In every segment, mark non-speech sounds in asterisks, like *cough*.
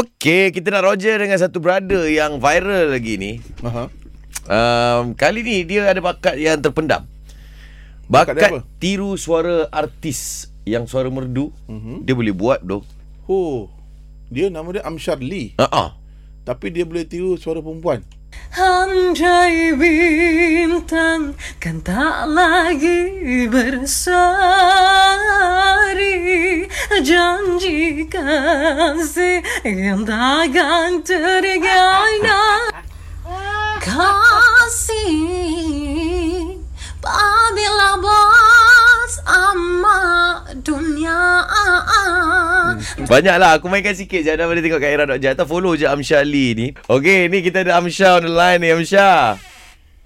Okey, kita nak Roger dengan satu brother yang viral lagi ni. Aha. Um, kali ni dia ada bakat yang terpendam. Bakat Bakat, dia apa? tiru suara artis yang suara merdu, dia boleh buat doh. Oh. Dia nama dia Amshar Lee. Ha ah. Tapi dia boleh tiru suara perempuan. Andai bintang kan tak lagi bersari Janjikan siang dagang tergai kasih Bila bos amat dunia Banyaklah aku mainkan sikit je anda boleh tengok kat era.jia atau follow je Amsyar Lee ni. Okey, ni kita ada Amsyar on the line ni Amsyar.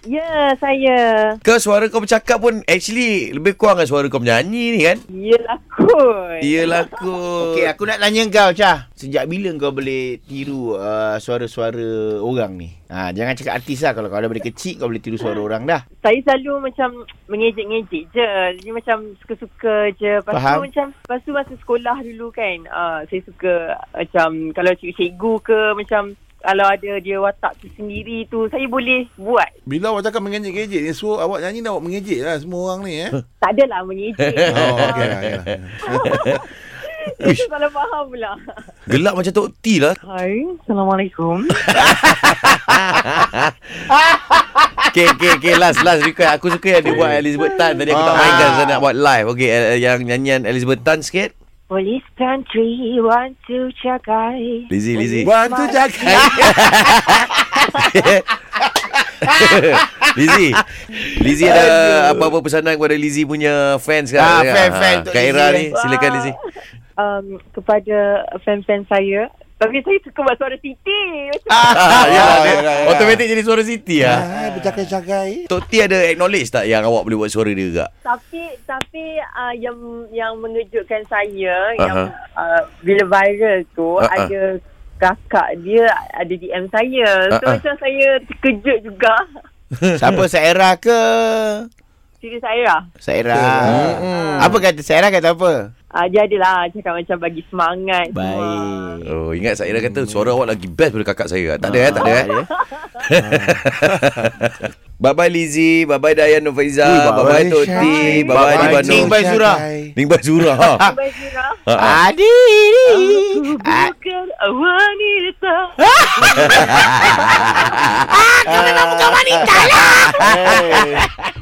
Ya, saya. Ke suara kau bercakap pun actually lebih kurang dengan suara kau menyanyi ni kan? Yelah kot. Iyalah kot. Okey, aku nak tanya kau, Syah. Sejak bila kau boleh tiru uh, suara-suara orang ni? Ha, jangan cakap artis lah. Kalau kau dah boleh kecil, kau boleh tiru suara orang dah. Saya selalu macam mengejek-ngejek je. Jadi macam suka-suka je. Lepas tu Faham. macam, lepas tu masa sekolah dulu kan, uh, saya suka macam kalau cikgu-cikgu ke macam kalau ada dia watak tu sendiri tu, saya boleh buat. Bila awak cakap mengejek-gejek ni, so awak nyanyi dah awak mengejek lah semua orang ni *laughs* eh. Tak adalah mengejek. *laughs* Oh, okey lah, okey lah. Itu salah faham pula. Gelap macam Tok T lah. Hai, Assalamualaikum. Okay, okay, okay. Last, last request. Aku suka yang dia buat Elizabeth Tan. Tadi aku tak Ah. mainkan saya nak buat live. Okay, eh, eh, yang nyanyian Elizabeth Tan sikit. Police country, want to cakai. Lizzy, Lizzy. *laughs* Buat tu cakap. Lizzy. Lizzy ada apa-apa pesanan kepada Lizzy punya fans kan? Ah, fan- fan untuk Kak Ira ni. lah. Lizzy, eh. Silakan *laughs* Lizzy. um, kepada fan-fan saya. Tapi saya suka buat suara Siti. Macam Ah, ya, Ah, dia ya, ya, ya. automatic jadi suara Siti lah. Ah, bercakap-cakap. Tok T ada acknowledge tak yang awak boleh buat suara dia juga? tapi tapi uh, yang yang mengejutkan saya Aha. yang uh, bila viral tu Ah, ah. ada kakak dia ada DM saya. Ah, So ah. macam saya terkejut juga. *laughs* Siapa, Saira ke? Diri saya lah. Saira. Apa kata Saira kata apa? Uh, dia adalah cakap macam bagi semangat semua. Baik. Oh, ingat Saira kata suara awak lagi best daripada kakak saya. Tak ada eh, tak ada eh. *laughs* Bye-bye Lizzy, bye-bye Dayan Nur Faiza, bye-bye Tok T, bye-bye Bye-bye Libano. Ning Bai Surah. Ning *laughs* Surah. ha. Baik, Zira. Ha, ha. Adi. lah. Aku bukan Ah, wanita. kau memang bukan wanita lah.